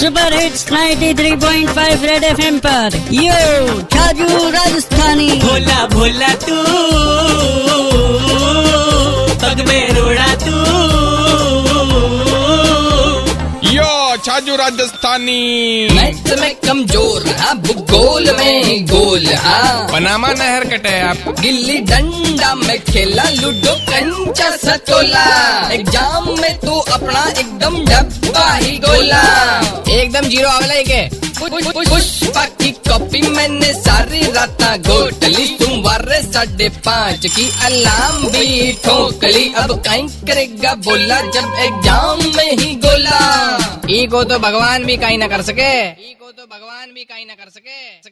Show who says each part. Speaker 1: super hits 93.5 red FM पर यो जाजू राजस्थानी
Speaker 2: भोला भोला तू पग में रोड़ा तू
Speaker 3: यो छाजू राजस्थानी
Speaker 4: मैथ में कमजोर हाँ भूगोल में गोल हाँ
Speaker 3: पनामा नहर कटे आप
Speaker 4: गिल्ली डंडा में खेला लूडो कंचा सतोला एग्जाम में तू अपना एकदम डब्बा ही गोला एकदम जीरो आवाला एक है पुष्पा की कॉपी मैंने सारी रात घोट ली तुम्हारे साढ़े पाँच की अलार्म भी ठोक ली अब कहीं करेगा बोला जब एग्जाम में ही गोला ई को तो भगवान भी कहीं ना कर सके ई को तो भगवान भी कहीं ना कर सके